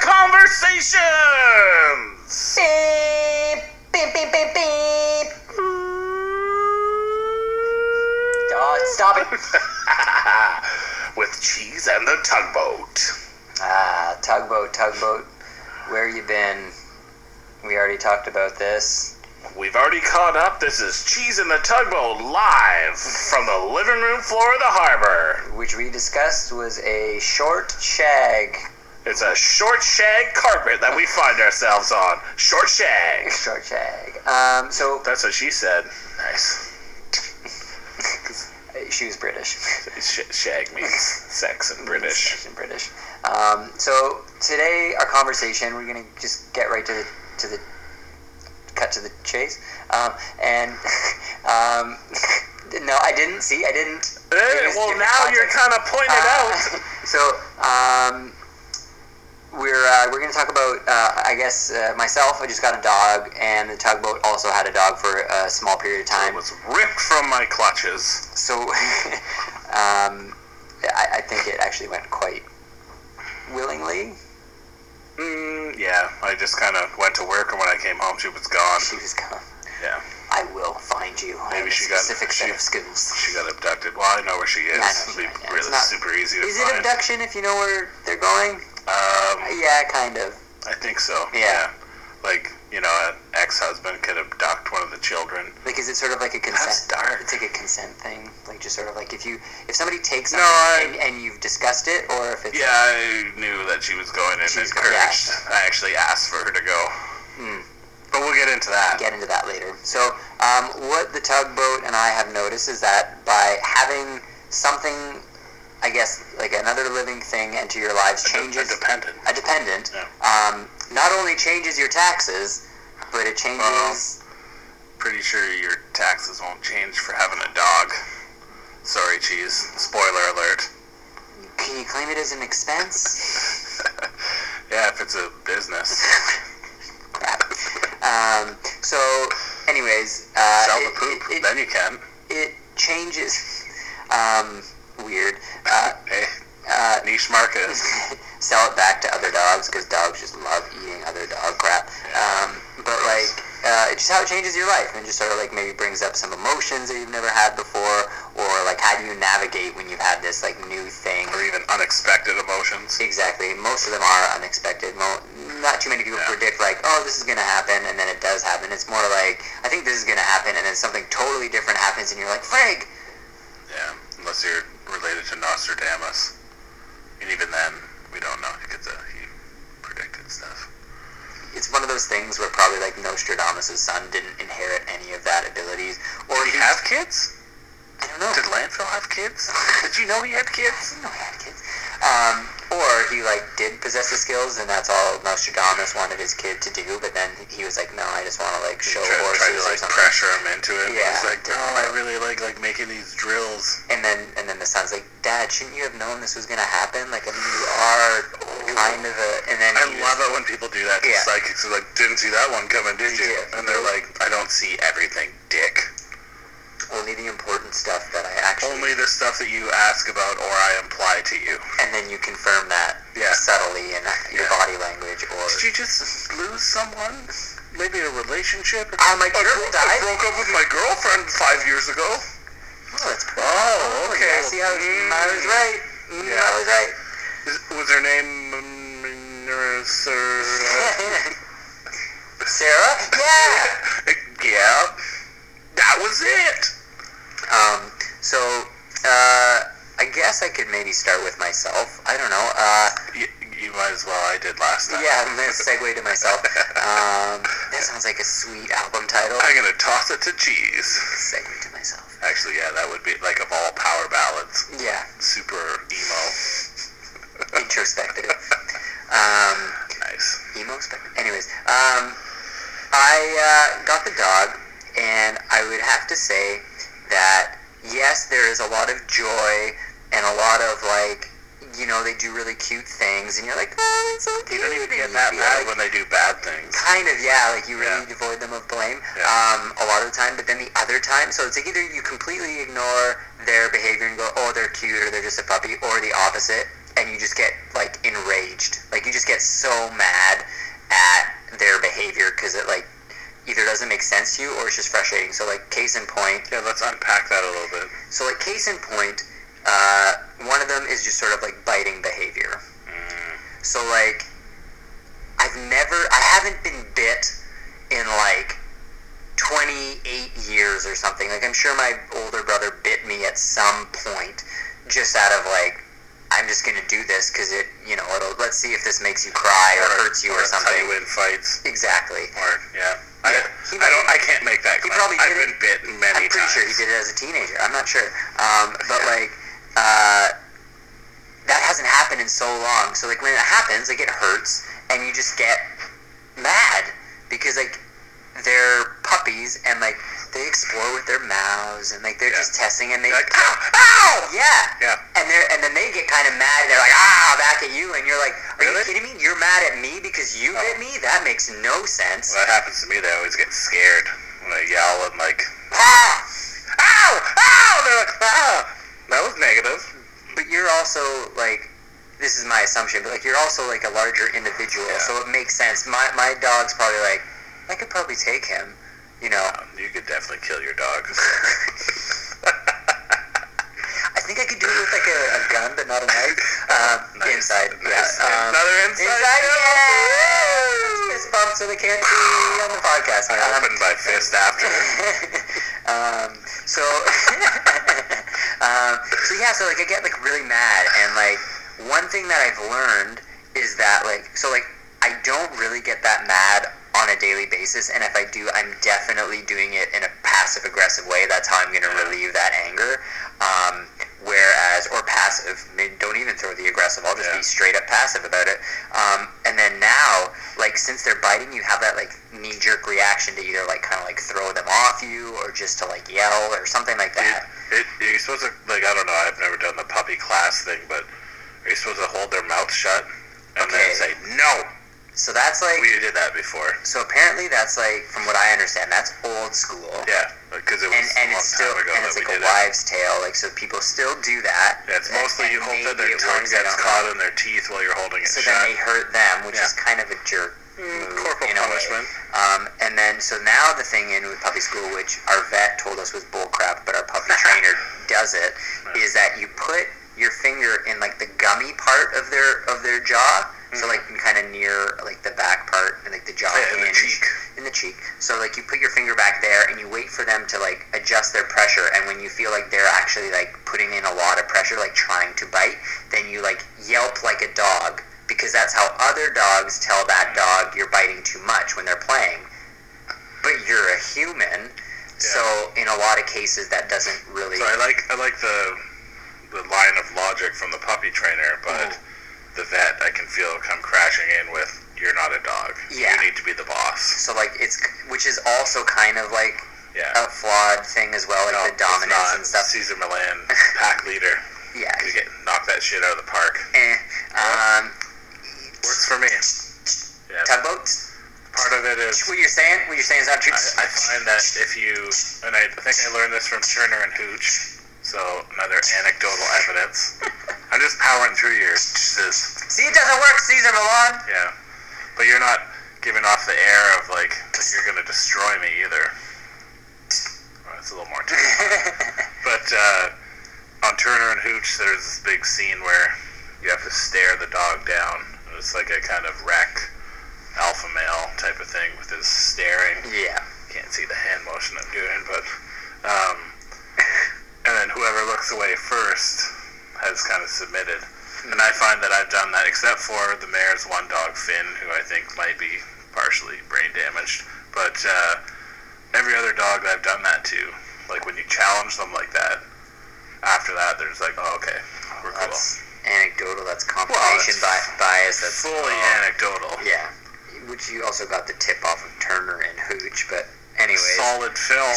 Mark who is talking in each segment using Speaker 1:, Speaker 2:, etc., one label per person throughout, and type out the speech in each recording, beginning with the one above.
Speaker 1: Conversations!
Speaker 2: Beep, beep, beep, beep, beep. Oh, stop it.
Speaker 1: With cheese and the tugboat.
Speaker 2: Ah, tugboat, tugboat. Where you been? We already talked about this.
Speaker 1: We've already caught up. This is Cheese and the Tugboat live from the living room floor of the harbor.
Speaker 2: Which we discussed was a short shag.
Speaker 1: It's a short shag carpet that we find ourselves on. Short shag.
Speaker 2: Short shag. Um, so
Speaker 1: That's what she said. Nice.
Speaker 2: she was British.
Speaker 1: Sh- shag means sex in British.
Speaker 2: She's British. Um, so today, our conversation, we're gonna just get right to the to the cut to the chase. Um, and um, no, I didn't see. I didn't.
Speaker 1: Eh,
Speaker 2: it was
Speaker 1: well,
Speaker 2: different
Speaker 1: now you're
Speaker 2: context.
Speaker 1: kind of pointing it out.
Speaker 2: Uh, so um, we're uh, we're gonna talk about uh, I guess uh, myself. I just got a dog, and the tugboat also had a dog for a small period of
Speaker 1: I
Speaker 2: time.
Speaker 1: was ripped from my clutches.
Speaker 2: So um, I, I think it actually went quite willingly.
Speaker 1: Mm, yeah, I just kind of went to work, and when I came home, she was gone.
Speaker 2: She was gone.
Speaker 1: Yeah,
Speaker 2: I will find you. I have
Speaker 1: Maybe
Speaker 2: a
Speaker 1: she got-
Speaker 2: specific set
Speaker 1: she-
Speaker 2: of skills.
Speaker 1: she got abducted. Well, I know where she is.
Speaker 2: Yeah, I know
Speaker 1: It'd be
Speaker 2: she- yeah,
Speaker 1: really
Speaker 2: it's not-
Speaker 1: super easy to
Speaker 2: Is
Speaker 1: find.
Speaker 2: it abduction if you know where they're going?
Speaker 1: Um,
Speaker 2: Yeah, kind of.
Speaker 1: I think so.
Speaker 2: Yeah.
Speaker 1: like you know, an ex-husband could abduct one of the children.
Speaker 2: Like, is it sort of like a consent?
Speaker 1: That's dark.
Speaker 2: It's like a consent thing. Like, just sort of like if you if somebody takes
Speaker 1: No,
Speaker 2: something
Speaker 1: I-
Speaker 2: and, and you've discussed it, or if it's
Speaker 1: Yeah, I knew that she was going in
Speaker 2: She's going-
Speaker 1: encouraged. I actually asked for her to go.
Speaker 2: Hmm.
Speaker 1: But we'll get into that.
Speaker 2: get into that later. So, um, what the tugboat and I have noticed is that by having something, I guess, like another living thing into your lives
Speaker 1: A de-
Speaker 2: changes
Speaker 1: a dependent.
Speaker 2: a dependent.
Speaker 1: Yeah.
Speaker 2: Um, not only changes your taxes, but it changes.
Speaker 1: Pretty sure your taxes won't change for having a dog. Sorry, cheese. Spoiler alert. Uh-huh.
Speaker 2: Can you claim it as an expense?
Speaker 1: yeah, if it's a business,
Speaker 2: Crap. Um, so, anyways, uh,
Speaker 1: sell
Speaker 2: it,
Speaker 1: the poop,
Speaker 2: It, it,
Speaker 1: then you can.
Speaker 2: it changes. Um, weird. Uh,
Speaker 1: Hey,
Speaker 2: uh,
Speaker 1: niche market.
Speaker 2: sell it back to other dogs because dogs just love eating other dog crap. Um, but like, uh, it's just how it changes your life and just sort of like maybe brings up some emotions that you've never had before, or like how do you navigate when you've had this like new thing?
Speaker 1: or even unexpected emotions.
Speaker 2: Exactly. Most of them are unexpected. Mo- not too many people
Speaker 1: Yeah.
Speaker 2: predict like, oh, this is gonna happen, and then it does happen. It's more like, I think this is gonna happen, and then something totally different happens, and you're like, frig.
Speaker 1: Yeah, unless you're related to Nostradamus. And even then, we don't know because uh, he predicted stuff.
Speaker 2: It's one of those things where probably like Nostradamus' son didn't inherit any of that abilities, or Oh.
Speaker 1: Did he
Speaker 2: he
Speaker 1: have kids?
Speaker 2: I don't know.
Speaker 1: Did Landfill have kids? Did you know he had kids?
Speaker 2: No, he had kids. Um, or he like did possess the skills, and that's all Nostradamus wanted his kid to do. But then he was like, "No, I just want to like show
Speaker 1: Try,
Speaker 2: horses
Speaker 1: try to
Speaker 2: or
Speaker 1: like
Speaker 2: something."
Speaker 1: pressure him into it.
Speaker 2: Yeah,
Speaker 1: He's like, no, I
Speaker 2: definitely.
Speaker 1: really like like making these drills.
Speaker 2: And then and then the son's like, "Dad, shouldn't you have known this was gonna happen? Like, I mean, you are kind of a." And then
Speaker 1: I
Speaker 2: he
Speaker 1: love
Speaker 2: was,
Speaker 1: it when people do that. to
Speaker 2: Yeah.
Speaker 1: Psychics are like, didn't see that one coming, did you?
Speaker 2: Yeah.
Speaker 1: And they're like, I don't see everything, dick.
Speaker 2: only the important stuff that I actually.
Speaker 1: Only the stuff that you ask about or I imply to you.
Speaker 2: And then you confirm that
Speaker 1: Yeah.
Speaker 2: subtly in your
Speaker 1: Yeah.
Speaker 2: body language or.
Speaker 1: Did you just lose someone? Maybe a relationship?
Speaker 2: I'm like,
Speaker 1: I,
Speaker 2: "You're
Speaker 1: bro- I
Speaker 2: dying."
Speaker 1: broke up with my girlfriend five years ago.
Speaker 2: Oh, that's pretty.
Speaker 1: Oh,
Speaker 2: yeah, Mm-hmm. see how
Speaker 1: Mm.
Speaker 2: I was right. Mm,
Speaker 1: Yeah.
Speaker 2: I was right.
Speaker 1: Is- was her name... um, uh, Sarah?
Speaker 2: Sarah? Yeah.
Speaker 1: yeah. That was it.
Speaker 2: Um, so, uh, I guess I could maybe start with myself. I don't know. Uh,
Speaker 1: You, you might as well. I did last night.
Speaker 2: yeah, I'm going to segue to myself. Um, that sounds like a sweet album title.
Speaker 1: I'm going to toss it to cheese.
Speaker 2: Segue to myself.
Speaker 1: Actually, yeah, that would be like of all power ballads,
Speaker 2: Yeah,
Speaker 1: super emo.
Speaker 2: introspective. Um,
Speaker 1: Nice.
Speaker 2: emo spectrum. Anyways, um, I uh, got the dog, and I would have to say that yes, there is a lot of joy and a lot of like, you know, they do really cute things, and you're like, oh, it's so
Speaker 1: You
Speaker 2: cute.
Speaker 1: don't even
Speaker 2: and
Speaker 1: get
Speaker 2: you
Speaker 1: that
Speaker 2: feel
Speaker 1: mad
Speaker 2: like-
Speaker 1: when they do bad things.
Speaker 2: Kind of, yeah. Like you really
Speaker 1: Yeah.
Speaker 2: devoid them of blame
Speaker 1: Yeah.
Speaker 2: um, a lot of the time, but then the other time, so it's like either you completely ignore their behavior and go, oh, they're cute or they're just a puppy, or the opposite, and you just get like enraged. Like you just get so mad at their behavior because it like either doesn't make sense to you or it's just frustrating. So like case in point,
Speaker 1: Yeah, let's unpack that a little bit.
Speaker 2: so like case in point, uh, one of them is just sort of like biting behavior.
Speaker 1: Mm,
Speaker 2: So like, I've never, I haven't been bit in like 28 years or something. Like I'm sure my older brother bit me at some point, just out of like, I'm just gonna do this because it, you know, it'll, let's see if this makes you cry or hurts you or
Speaker 1: that's How you
Speaker 2: something.
Speaker 1: win fights,
Speaker 2: Exactly.
Speaker 1: or yeah. I,
Speaker 2: Yeah, he
Speaker 1: I don't.
Speaker 2: might-
Speaker 1: I can't make that
Speaker 2: he
Speaker 1: claim.
Speaker 2: probably
Speaker 1: I've
Speaker 2: did
Speaker 1: been
Speaker 2: it-
Speaker 1: bit many
Speaker 2: I'm pretty
Speaker 1: times.
Speaker 2: sure he did it as a teenager. I'm not sure. Um, but
Speaker 1: Yeah.
Speaker 2: like, uh, that hasn't happened in so long. So like, when it happens, like it hurts, and you just get mad because like they're puppies and like they explore with their mouths and like they're
Speaker 1: Yeah.
Speaker 2: just testing and they
Speaker 1: Like,
Speaker 2: ow ow yeah
Speaker 1: Yeah.
Speaker 2: and they are and then they get kind of mad. They're like, ah, back at you, and you're like, are
Speaker 1: Really?
Speaker 2: you kidding me? You're mad at me because you
Speaker 1: Oh.
Speaker 2: bit me? That makes no sense.
Speaker 1: Well, that happens to me. They always get scared when I yell and like,
Speaker 2: Ah!
Speaker 1: ow, ow. They're like, ah. That was negative.
Speaker 2: But you're also like, this is my assumption, but like you're also like a larger individual,
Speaker 1: Yeah.
Speaker 2: so it makes sense. My my dog's probably like, I could probably take him, you know.
Speaker 1: Um, you could definitely kill your dog.
Speaker 2: I think I could do it with like a, a gun, but not a knife. Um,
Speaker 1: Nice,
Speaker 2: Inside,
Speaker 1: nice.
Speaker 2: yeah. Um,
Speaker 1: Another inside.
Speaker 2: inside,
Speaker 1: joke.
Speaker 2: yeah. Fist bump so they can't be on the podcast.
Speaker 1: I
Speaker 2: Um,
Speaker 1: opened my fist after.
Speaker 2: um, so, um, so yeah, so like I get like really mad, and like one thing that I've learned is that like so like I don't really get that mad on a daily basis, and if I do, I'm definitely doing it in a passive aggressive way. That's how I'm gonna relieve that anger. Um, whereas or passive, may- don't even throw the aggressive. I'll just
Speaker 1: Yeah.
Speaker 2: be straight up passive about it. Um, and then now, like since they're biting, you have that like knee jerk reaction to either like kind of like throw them off you or just to like yell or something like
Speaker 1: It,
Speaker 2: that.
Speaker 1: it, you're supposed to like I don't know. I've never done the puppy class thing, but are you supposed to hold their mouth shut and
Speaker 2: Okay.
Speaker 1: then say no?
Speaker 2: So that's like
Speaker 1: We did that before.
Speaker 2: so apparently that's like from what I understand that's old school.
Speaker 1: Yeah, because it was
Speaker 2: And, and
Speaker 1: a long
Speaker 2: it's still
Speaker 1: time ago
Speaker 2: and it's
Speaker 1: that
Speaker 2: like
Speaker 1: we
Speaker 2: a
Speaker 1: did it.
Speaker 2: wives' tale. Like so, people still do that.
Speaker 1: Yeah, it's
Speaker 2: And-
Speaker 1: mostly
Speaker 2: and
Speaker 1: you hope that their
Speaker 2: maybe it
Speaker 1: tongue
Speaker 2: works, I
Speaker 1: gets
Speaker 2: don't know.
Speaker 1: caught in their teeth while you're holding it
Speaker 2: So
Speaker 1: shut.
Speaker 2: then they hurt them, which
Speaker 1: Yeah.
Speaker 2: is kind of a jerk.
Speaker 1: Mm,
Speaker 2: move
Speaker 1: corporal
Speaker 2: in a way.
Speaker 1: punishment.
Speaker 2: Um, and then, so now the thing in with puppy school, which our vet told us was bullcrap, but our puppy trainer does it,
Speaker 1: Yeah.
Speaker 2: is that you put your finger in like the gummy part of their of their jaw, so like kind of near like the back part and like the jaw
Speaker 1: Mm-hmm. Oh, Yeah, in the
Speaker 2: hinge,
Speaker 1: cheek.
Speaker 2: in the cheek. So like you put your finger back there and you wait for them to like adjust their pressure. And when you feel like they're actually like putting in a lot of pressure, like trying to bite, then you like yelp like a dog because that's how other dogs tell that
Speaker 1: Mm.
Speaker 2: dog you're biting too much when they're playing. But you're a human, so in a lot of cases that doesn't really.
Speaker 1: So I like I like the the line of logic from the puppy trainer, but
Speaker 2: Mhm.
Speaker 1: the vet I can feel come crashing in with you're not a dog.
Speaker 2: Yeah.
Speaker 1: You need to be the boss.
Speaker 2: So like it's which is also kind of like
Speaker 1: Yeah.
Speaker 2: a flawed thing as well, like
Speaker 1: No,
Speaker 2: the
Speaker 1: it's
Speaker 2: dominance
Speaker 1: not.
Speaker 2: and stuff.
Speaker 1: Oh, Caesar Milan, pack leader.
Speaker 2: Yeah.
Speaker 1: You get knock that shit out of the park.
Speaker 2: Eh. Um,
Speaker 1: Works for me. Yeah.
Speaker 2: tugboats.
Speaker 1: Part of it is
Speaker 2: What you're saying? What you're saying is not true.
Speaker 1: I, I find that if you and I think I learned this from Turner and Hooch, so another anecdotal evidence. I'm just powering through your this.
Speaker 2: See, it doesn't work, Caesar Milan.
Speaker 1: Yeah, but you're not giving off the air of like that you're gonna destroy me either. Well, that's a little more. Difficult. But uh, on Turner and Hooch, there's this big scene where you have to stare the dog down. It's like a kind of wreck alpha male type of thing with his staring
Speaker 2: yeah.
Speaker 1: can't see the hand motion I'm doing, but um, and then whoever looks away first has kind of submitted. And I find that I've done that, except for the mayor's one dog, Finn, who I think might be partially brain damaged. But uh, every other dog that I've done that to, like when you challenge them like that, after that they're just like, oh okay, we're cool.
Speaker 2: That's anecdotal. That's confirmation
Speaker 1: Well,
Speaker 2: bi- bias. That's
Speaker 1: fully
Speaker 2: oh,
Speaker 1: anecdotal.
Speaker 2: yeah. Which you also got the tip off of Turner and Hooch, but anyways,
Speaker 1: Solid film,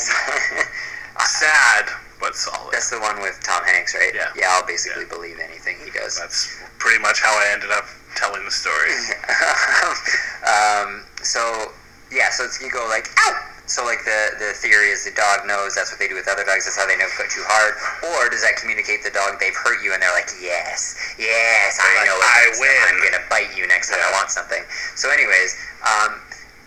Speaker 1: sad but solid.
Speaker 2: that's the one with Tom Hanks, right?
Speaker 1: Yeah.
Speaker 2: Yeah, I'll basically believe anything he does.
Speaker 1: That's pretty much how I ended up telling the story.
Speaker 2: um, so yeah, so it's, you go like ow, So like the the theory is the dog knows that's what they do with other dogs. That's how they know go too hard. Or does that communicate to the dog they've hurt you and they're like, yes, yes,
Speaker 1: like,
Speaker 2: I know it.
Speaker 1: "I
Speaker 2: next time I'm
Speaker 1: win."
Speaker 2: gonna bite you next time I
Speaker 1: Yeah.
Speaker 2: want something. So anyways, um,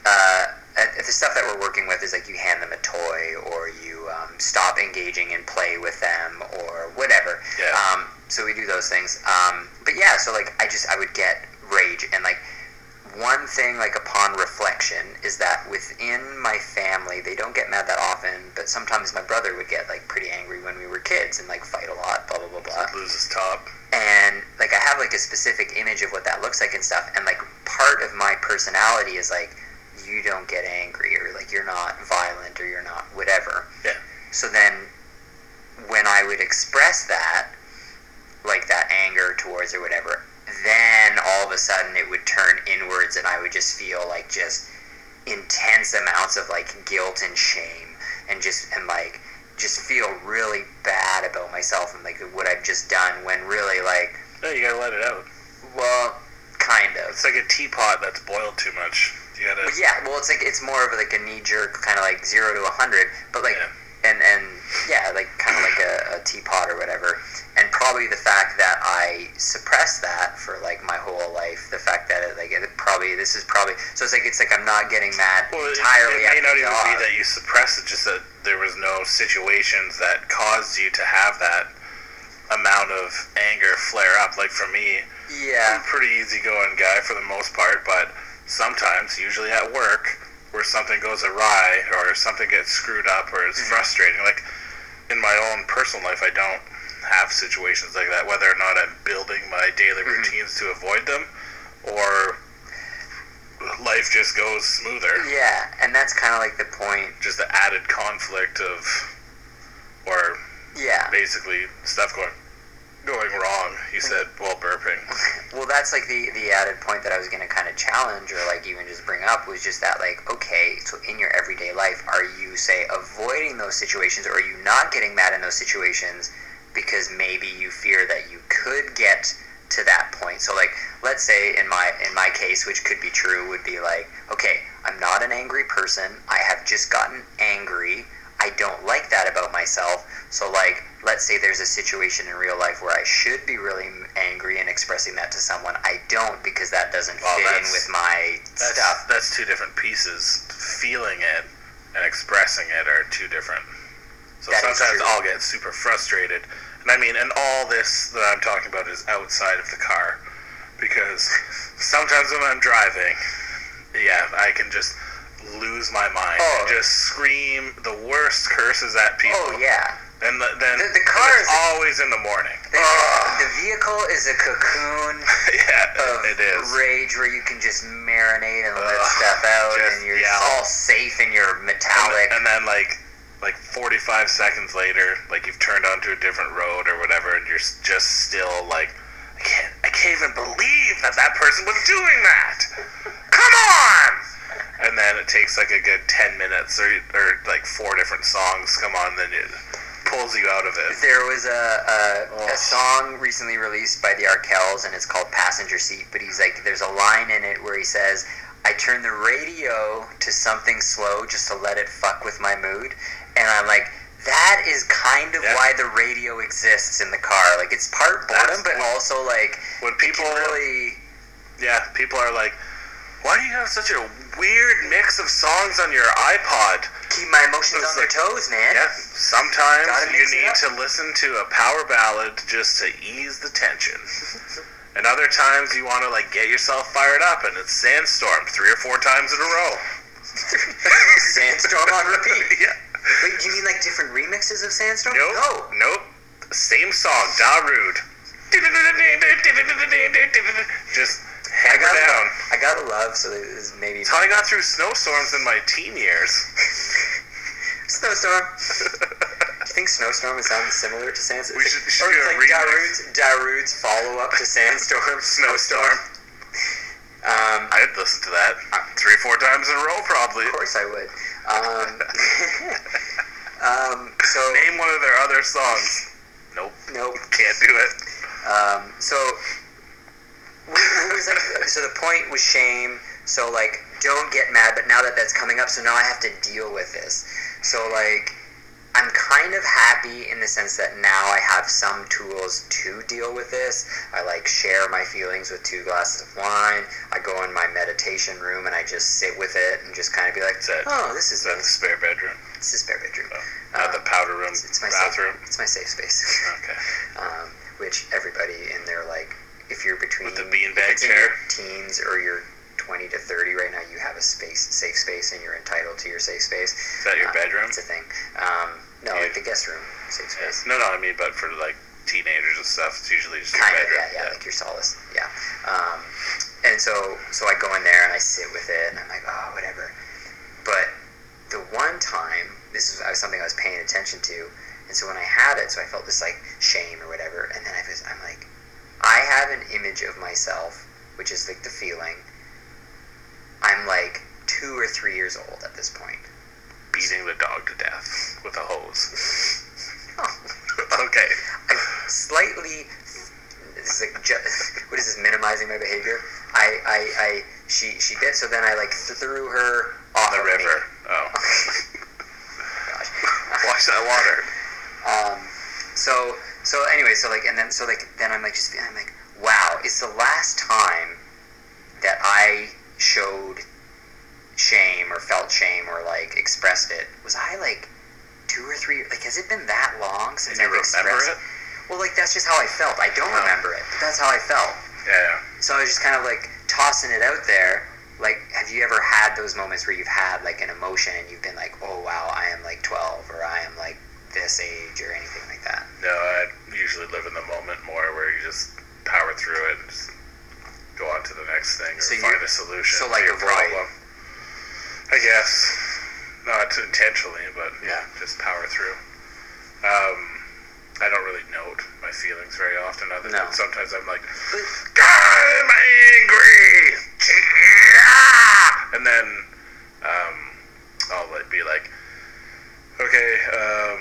Speaker 2: uh, at- at the stuff that we're working with is like you hand them a toy or you um, stop engaging in play with them or whatever.
Speaker 1: Yeah.
Speaker 2: Um, so we do those things. Um, but yeah, so like I just I would get rage and like one thing like upon reflection is that within my family they don't get mad that often but sometimes my brother would get like pretty angry when we were kids and like fight a lot blah blah blah blah
Speaker 1: Loses top.
Speaker 2: and like I have like a specific image of what that looks like and stuff. And like part of my personality is like you don't get angry or like you're not violent or you're not whatever.
Speaker 1: Yeah.
Speaker 2: So then when I would express that, like that anger towards or whatever, then all of a sudden it would turn inwards and I would just feel like just intense amounts of like guilt and shame and just and like just feel really bad about myself and like what I've just done when really like
Speaker 1: No, you gotta let it out.
Speaker 2: well kind of
Speaker 1: It's like a teapot that's boiled too much. You gotta.
Speaker 2: Well, yeah, well, it's like it's more of like a knee jerk kind of like zero to a hundred, but like
Speaker 1: Yeah.
Speaker 2: and and yeah, like kind of like a, a teapot or whatever. And probably the fact that I suppressed that for like my whole life, the fact that it, like it probably this is probably so it's like it's like I'm not getting mad
Speaker 1: Well, it,
Speaker 2: entirely.
Speaker 1: it may
Speaker 2: at
Speaker 1: not
Speaker 2: the
Speaker 1: even
Speaker 2: dog.
Speaker 1: be that you suppress it, just that there was no situations that caused you to have that amount of anger flare up. Like for me, I'm
Speaker 2: Yeah,
Speaker 1: a pretty easygoing guy for the most part, but sometimes, usually at work, where something goes awry or something gets screwed up or it's frustrating. Like in my own personal life, I don't have situations like that, whether or not I'm building my daily routines to avoid them or life just goes smoother.
Speaker 2: yeah, and that's kind of like the point.
Speaker 1: Just the added conflict of, or
Speaker 2: Yeah.
Speaker 1: basically stuff going going wrong. You said while burping.
Speaker 2: Well, that's like the the added point that I was going to kind of challenge or like even just bring up was just that like okay, so in your everyday life, are you say avoiding those situations or are you not getting mad in those situations because maybe you fear that you could get to that point. So like let's say in my in my case, which could be true, would be like okay, I'm not an angry person. I have just gotten angry. I don't like that about myself. So, like, let's say there's a situation in real life where I should be really m- angry and expressing that to someone. I don't because that doesn't
Speaker 1: Well,
Speaker 2: fit in
Speaker 1: that's-
Speaker 2: with my
Speaker 1: That's,
Speaker 2: stuff.
Speaker 1: That's two different pieces. Feeling it and expressing it are two different. So
Speaker 2: That is
Speaker 1: sometimes
Speaker 2: true.
Speaker 1: I'll get super frustrated, and I mean, and all this that I'm talking about is outside of the car, because sometimes when I'm driving, yeah, I can just lose my mind
Speaker 2: Oh.
Speaker 1: and just scream the worst curses at people.
Speaker 2: Oh yeah,
Speaker 1: And the, then
Speaker 2: The- the
Speaker 1: and
Speaker 2: car
Speaker 1: it's
Speaker 2: is-
Speaker 1: always in the morning.
Speaker 2: the, the vehicle is a cocoon
Speaker 1: yeah,
Speaker 2: of
Speaker 1: it is.
Speaker 2: rage where you can just marinate and let
Speaker 1: Ugh,
Speaker 2: stuff out,
Speaker 1: just
Speaker 2: and you're
Speaker 1: yell.
Speaker 2: all safe in your metallic.
Speaker 1: And, and then like like 45 seconds later, like you've turned onto a different road or whatever, and you're s- just still like, I can't, I can't even believe that that person was doing that. Come on! And then it takes like a good 10 minutes or, or like four different songs come on, then it pulls you out of it.
Speaker 2: There was a, a,
Speaker 1: Oh.
Speaker 2: a song recently released by the Arkells, and it's called Passenger Seat. But he's like, there's a line in it where he says, I turn the radio to something slow just to let it fuck with my mood. And I'm like, that is kind of
Speaker 1: Yeah.
Speaker 2: why the radio exists in the car. Like, it's part boredom,
Speaker 1: That's
Speaker 2: but
Speaker 1: what-
Speaker 2: also, like,
Speaker 1: When
Speaker 2: it
Speaker 1: people
Speaker 2: can really.
Speaker 1: Yeah, people are like, why do you have such a weird mix of songs on your iPod?
Speaker 2: Keep my emotions
Speaker 1: It's
Speaker 2: on their
Speaker 1: like-
Speaker 2: toes, man.
Speaker 1: Yeah, sometimes
Speaker 2: Gotta
Speaker 1: you
Speaker 2: mix it
Speaker 1: need
Speaker 2: up.
Speaker 1: to listen to a power ballad just to ease the tension. and other times you want to like get yourself fired up and it's sandstorm three or four times in a row.
Speaker 2: Sandstorm on repeat.
Speaker 1: yeah.
Speaker 2: Wait, you mean like different remixes of Sandstorm?
Speaker 1: Nope.
Speaker 2: No.
Speaker 1: Nope. Same song, Darude. Just
Speaker 2: I
Speaker 1: hammer
Speaker 2: gotta,
Speaker 1: down.
Speaker 2: I gotta love, so this is maybe.
Speaker 1: That's how I got through snowstorms in my teen years.
Speaker 2: Snowstorm. Do you think Snowstorm is sounding similar to Sandstorm?
Speaker 1: We
Speaker 2: It's
Speaker 1: should-
Speaker 2: like-
Speaker 1: should
Speaker 2: or
Speaker 1: do
Speaker 2: it's
Speaker 1: a remix.
Speaker 2: like Darude's, Darude's follow up to Sandstorm, Snowstorm. Um,
Speaker 1: I'd listen to that three or four times in a row probably.
Speaker 2: of course I would. Um, um, so
Speaker 1: Name one of their other songs. Nope.
Speaker 2: nope.
Speaker 1: Can't do it.
Speaker 2: Um, so, what what was that? so the point was shame. So like, don't get mad. But now that that's coming up, so now I have to deal with this. So like, I'm kind of happy in the sense that now I have some tools to deal with this. I like share my feelings with two glasses of wine. I go in my meditation room and I just sit with it and just kind of be like,
Speaker 1: Is that-
Speaker 2: oh, this is
Speaker 1: Is that the
Speaker 2: nice.
Speaker 1: spare bedroom?
Speaker 2: This is spare bedroom.
Speaker 1: Oh, not the powder room,
Speaker 2: It's, it's my
Speaker 1: bathroom.
Speaker 2: Safe, it's my safe space.
Speaker 1: Okay.
Speaker 2: um, which everybody in there like if you're between
Speaker 1: With the beanbag
Speaker 2: if it's in
Speaker 1: chair.
Speaker 2: your teens or you're 20 to 30 right now you have a space safe space and you're entitled to your safe space
Speaker 1: Is that your
Speaker 2: Uh,
Speaker 1: bedroom?
Speaker 2: it's a thing um, no
Speaker 1: Yeah.
Speaker 2: like the guest room safe space
Speaker 1: No, no, I mean, but for like teenagers and stuff, it's usually just
Speaker 2: kind
Speaker 1: the
Speaker 2: of
Speaker 1: bedroom.
Speaker 2: yeah, yeah like your solace yeah um, and so so I go in there and I sit with it and I'm like oh whatever but the one time this is something I was paying attention to and so when I had it so I felt this like shame or whatever and then I was I'm like I have an image of myself, which is like the feeling. I'm like two or three years old at this point.
Speaker 1: Beating the dog to death with a hose.
Speaker 2: Oh,
Speaker 1: okay.
Speaker 2: I slightly. This is like ju- what is this? Minimizing my behavior. I, I, I. She, she did. So then I like threw her off
Speaker 1: The
Speaker 2: of me.
Speaker 1: river. Oh.
Speaker 2: Gosh.
Speaker 1: Watch that water.
Speaker 2: Um, so so anyway, so like and then so like then I'm like just I'm like wow, it's the last time that I showed shame or felt shame or like expressed it. Was I like two or three? Like has it been that long since
Speaker 1: you
Speaker 2: I've
Speaker 1: remember
Speaker 2: expressed?
Speaker 1: it?
Speaker 2: Well, like that's just how I felt. I don't
Speaker 1: Yeah.
Speaker 2: remember it, but that's how I felt.
Speaker 1: Yeah.
Speaker 2: So I was just kind of like tossing it out there. Like, have you ever had those moments where you've had like an emotion and you've been like, oh wow, I am like 12 or I am like this age or anything like that?
Speaker 1: No, I usually live in the moment more where you just power through it and just go on to the next thing or
Speaker 2: So
Speaker 1: find
Speaker 2: you're-
Speaker 1: a solution
Speaker 2: so like
Speaker 1: to your
Speaker 2: avoid.
Speaker 1: problem. I guess. Not intentionally, but yeah, just power through. Um, I don't really note my feelings very often other
Speaker 2: No.
Speaker 1: than sometimes I'm like,
Speaker 2: But,
Speaker 1: God, I'm angry! Yeah! And then um, I'll like, be like, okay, um,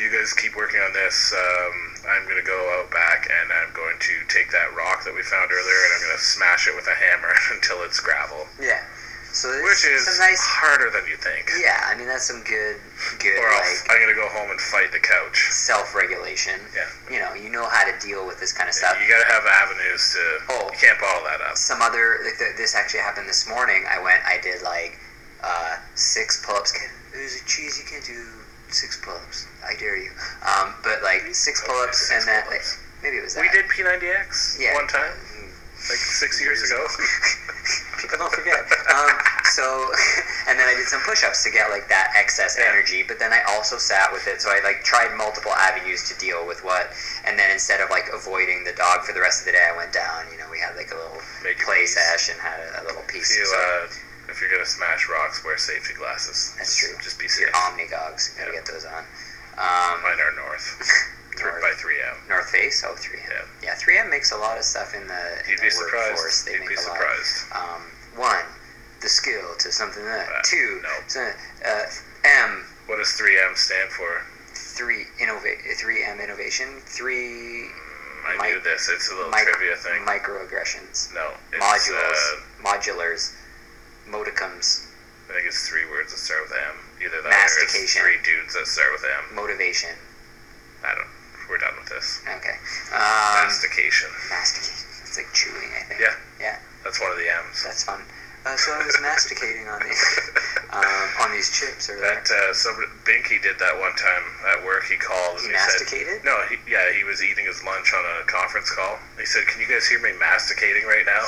Speaker 1: you guys keep working on this. Um, I'm going to go out back and I'm going to take that rock that we found earlier and I'm going to smash it with a hammer until it's gravel.
Speaker 2: yeah. So it's
Speaker 1: Which is
Speaker 2: some nice.
Speaker 1: harder than you think.
Speaker 2: Yeah, I mean that's some good, good
Speaker 1: Or else
Speaker 2: like
Speaker 1: I'm going to go home and fight the couch.
Speaker 2: self-regulation.
Speaker 1: Yeah.
Speaker 2: You know, you know how to deal with this kind of stuff.
Speaker 1: You got to have avenues to.
Speaker 2: Oh.
Speaker 1: You can't bottle that up.
Speaker 2: some other like th- this actually happened this morning i went i did like uh, six pull-ups Can- there's a cheese you can't do six pull-ups i dare you um, but like six
Speaker 1: Okay,
Speaker 2: pull-ups
Speaker 1: six
Speaker 2: and then like,
Speaker 1: pull-ups.
Speaker 2: maybe it was that
Speaker 1: We
Speaker 2: Hmm.
Speaker 1: did P90X
Speaker 2: Yeah.
Speaker 1: one time, like six years ago.
Speaker 2: people don't forget um, so and then i did some push-ups to get like that excess
Speaker 1: Yeah.
Speaker 2: energy but then i also sat with it so i like tried multiple avenues to deal with what and then instead of like avoiding the dog for the rest of the day i went down you know we had like a little
Speaker 1: Made your
Speaker 2: play
Speaker 1: peace.
Speaker 2: sesh and had a, a little piece
Speaker 1: If you, uh, if you're gonna smash rocks, wear safety glasses.
Speaker 2: That's
Speaker 1: Just-
Speaker 2: true.
Speaker 1: Just be safe.
Speaker 2: Your Omnigogs. You gotta
Speaker 1: Yeah.
Speaker 2: get those on. Um,
Speaker 1: Mine are north. Three
Speaker 2: North.
Speaker 1: by three M.
Speaker 2: North Face, oh, 3M.
Speaker 1: Yeah.
Speaker 2: Yeah, 3M makes a lot of stuff in the, in
Speaker 1: You'd be
Speaker 2: the workforce.
Speaker 1: surprised.
Speaker 2: They
Speaker 1: You'd
Speaker 2: make
Speaker 1: be
Speaker 2: a lot.
Speaker 1: surprised.
Speaker 2: Um, one, the skill to something that.
Speaker 1: Uh,
Speaker 2: Two,
Speaker 1: no.
Speaker 2: so, uh, M,
Speaker 1: What does three M stand for?
Speaker 2: three, innova- 3M innovation, three
Speaker 1: Mm, I
Speaker 2: Mi-
Speaker 1: knew this. It's a little
Speaker 2: mic-
Speaker 1: trivia thing.
Speaker 2: microaggressions,
Speaker 1: No, it's,
Speaker 2: modules,
Speaker 1: Uh,
Speaker 2: modulars, modicums,
Speaker 1: I think it's three words that start with M. Either that or it's
Speaker 2: Mastication.
Speaker 1: three dudes that start with M.
Speaker 2: motivation.
Speaker 1: I don't. We're done with this.
Speaker 2: Okay. Um,
Speaker 1: Mastication.
Speaker 2: mastication. It's like chewing, I think.
Speaker 1: Yeah.
Speaker 2: Yeah.
Speaker 1: That's one of the M's.
Speaker 2: That's fun. Uh, so I was masticating on these um, on these chips or
Speaker 1: That uh, somebody, Binky did that one time at work. He called
Speaker 2: He
Speaker 1: and he
Speaker 2: masticated?
Speaker 1: Said, no, he, yeah, he was eating his lunch on a conference call. He said, "Can you guys hear me masticating right now?"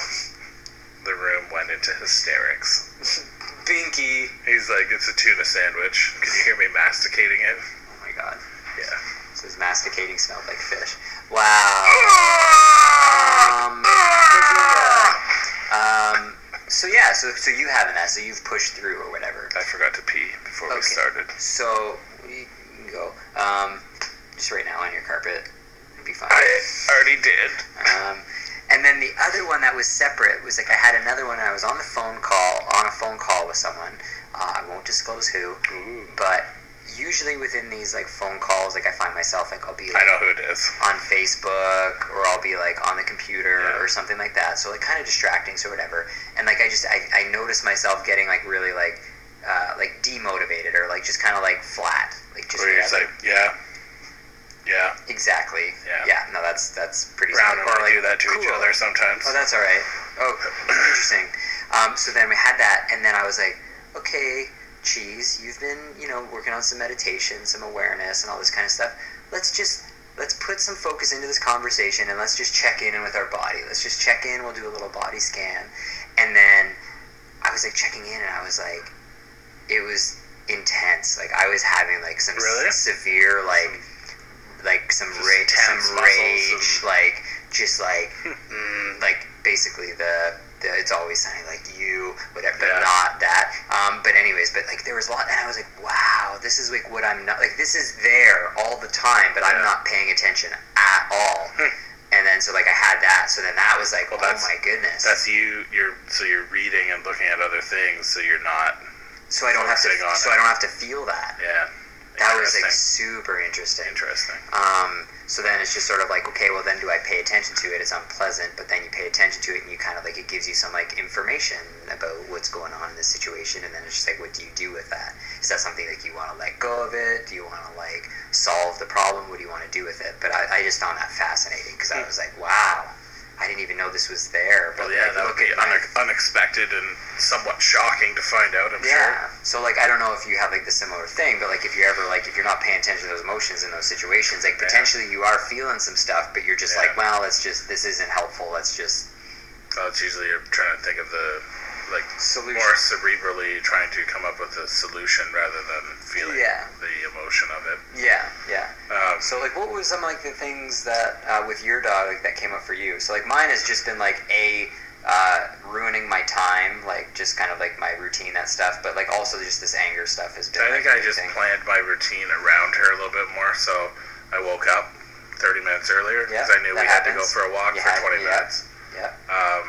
Speaker 1: The room went into hysterics.
Speaker 2: Binky.
Speaker 1: He's like, "It's a tuna sandwich. Can you hear me masticating it?"
Speaker 2: Oh my god.
Speaker 1: Yeah.
Speaker 2: So his masticating smelled like fish. Wow. Um, um, so yeah, so so you haven't that, so you've pushed through or whatever.
Speaker 1: I forgot to pee before we
Speaker 2: Okay.
Speaker 1: started.
Speaker 2: So you can go. Um, just right now on your carpet. It'd be fine.
Speaker 1: I already did.
Speaker 2: Um, and then the other one that was separate was like I had another one. And I was on the phone call on a phone call with someone. Uh, I won't disclose who,
Speaker 1: Ooh.
Speaker 2: but usually within these like phone calls, like I find myself like I'll be
Speaker 1: I
Speaker 2: like
Speaker 1: know who it is.
Speaker 2: on Facebook or I'll be like on the computer
Speaker 1: Yeah.
Speaker 2: or something like that. So like kind of distracting, so whatever. And like I just I, I notice myself getting like really like uh, like demotivated or like just kind of like flat, like just
Speaker 1: Where you're just
Speaker 2: whatever.
Speaker 1: like, yeah, yeah.
Speaker 2: exactly
Speaker 1: Yeah.
Speaker 2: No, that's that's pretty.
Speaker 1: Brown and
Speaker 2: simple. Or,
Speaker 1: I do that to each
Speaker 2: cool.
Speaker 1: other sometimes.
Speaker 2: Oh, that's all right. Oh, interesting. Um, so then we had that, and then I was like, okay, cheese, you've been, you know, working on some meditation, some awareness, and all this kind of stuff. Let's just let's put some focus into this conversation, and let's just check in with our body. Let's just check in. We'll do a little body scan, and then I was like checking in, and I was like, it was intense. Like I was having like some
Speaker 1: Really?
Speaker 2: s- severe like like some
Speaker 1: Just
Speaker 2: rage,
Speaker 1: tense
Speaker 2: some
Speaker 1: muscles
Speaker 2: rage,
Speaker 1: and-
Speaker 2: like just like mm, like basically the, the it's always sunny like you whatever but
Speaker 1: Yeah.
Speaker 2: not that um but anyways but like there was a lot and i was like wow this is like what i'm not like this is there all the time but i'm
Speaker 1: Yeah. Hmm.
Speaker 2: not paying attention at all and then so like i had that so then that was like
Speaker 1: Well,
Speaker 2: oh
Speaker 1: that's-
Speaker 2: my goodness
Speaker 1: That's you. You're so you're reading and looking at other things, so you're not.
Speaker 2: so i don't have to
Speaker 1: focusing on
Speaker 2: so
Speaker 1: it.
Speaker 2: i don't have to feel that
Speaker 1: Yeah.
Speaker 2: that was like
Speaker 1: Interesting.
Speaker 2: super interesting
Speaker 1: interesting.
Speaker 2: Um, so then it's just sort of like, okay, well then do I pay attention to it? It's unpleasant, but then you pay attention to it and you kind of like it gives you some like information about what's going on in this situation, and then it's just like, what do you do with that? Is that something like you want to let go of it? Do you want to like solve the problem? What do you want to do with it? But I, I just found that fascinating because I was like, wow, I didn't even know this was there. But
Speaker 1: Hmm. Well, yeah,
Speaker 2: like,
Speaker 1: that would
Speaker 2: look
Speaker 1: be
Speaker 2: at my-
Speaker 1: une- unexpected and somewhat shocking to find out. I'm sure.
Speaker 2: yeah. So like I don't know if you have like the similar thing, but like if you're ever like if you're not paying attention to those emotions in those situations, like
Speaker 1: Yeah.
Speaker 2: potentially you are feeling some stuff, but you're just
Speaker 1: Yeah.
Speaker 2: like, well, it's just this isn't helpful. Let's just
Speaker 1: Well, it's usually you're trying to think of the like
Speaker 2: Solution.
Speaker 1: more cerebrally trying to come up with a solution rather than feeling
Speaker 2: Yeah.
Speaker 1: the emotion of it.
Speaker 2: yeah, yeah.
Speaker 1: Um,
Speaker 2: So like, what was some like the things that uh, with your dog like, that came up for you? So like mine has just been like a. Uh, ruining my time, like just kind of like my routine, that stuff. But like also just this anger stuff has been.
Speaker 1: I
Speaker 2: like,
Speaker 1: think I just
Speaker 2: everything.
Speaker 1: planned my routine around her a little bit more. So I woke up 30 minutes earlier because I
Speaker 2: Yeah,
Speaker 1: knew
Speaker 2: that
Speaker 1: we had to go
Speaker 2: happens.
Speaker 1: for a walk
Speaker 2: You
Speaker 1: for
Speaker 2: had-
Speaker 1: 20
Speaker 2: yeah.
Speaker 1: minutes.
Speaker 2: Yeah.
Speaker 1: Um,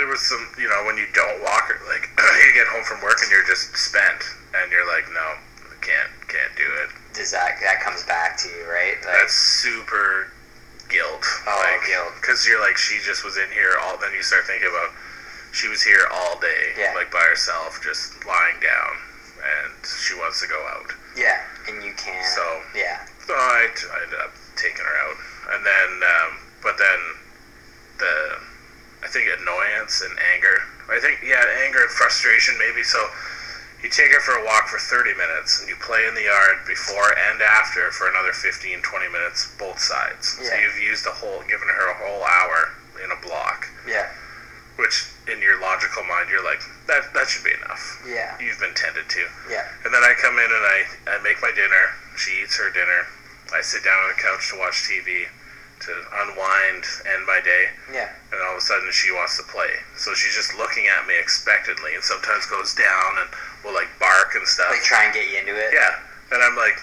Speaker 1: there was some, you know, when you don't walk, or, like you get home from work and you're just spent, and you're like, no, can't, can't do it.
Speaker 2: Does that that comes back to you, right? Like,
Speaker 1: That's super guilt.
Speaker 2: Oh, guilt.
Speaker 1: Because you're like, she just was in here all. Then you start thinking about, she was here all day,
Speaker 2: Yeah.
Speaker 1: like by herself, just lying down, and she wants to go out.
Speaker 2: yeah, and you can.
Speaker 1: So-
Speaker 2: yeah.
Speaker 1: So Oh, I, I ended up taking her out, and then, um, but then, the, I think annoyance and anger. I think yeah, anger and frustration maybe. So you take her for a walk for 30 minutes, and you play in the yard before and after for another 15, 20 minutes, both sides. So
Speaker 2: Yeah.
Speaker 1: you've used a whole, given her a whole hour in a block,
Speaker 2: Yeah,
Speaker 1: which in your logical mind you're like that that should be enough.
Speaker 2: yeah,
Speaker 1: You've been tended to.
Speaker 2: yeah,
Speaker 1: And then I come in and I, I make my dinner. She eats her dinner. I sit down on the couch to watch TV, to unwind, end my day.
Speaker 2: yeah,
Speaker 1: And all of a sudden she wants to play. So she's just looking at me expectantly and sometimes goes down and will like bark and stuff.
Speaker 2: like try and get you into it.
Speaker 1: yeah. And I'm like,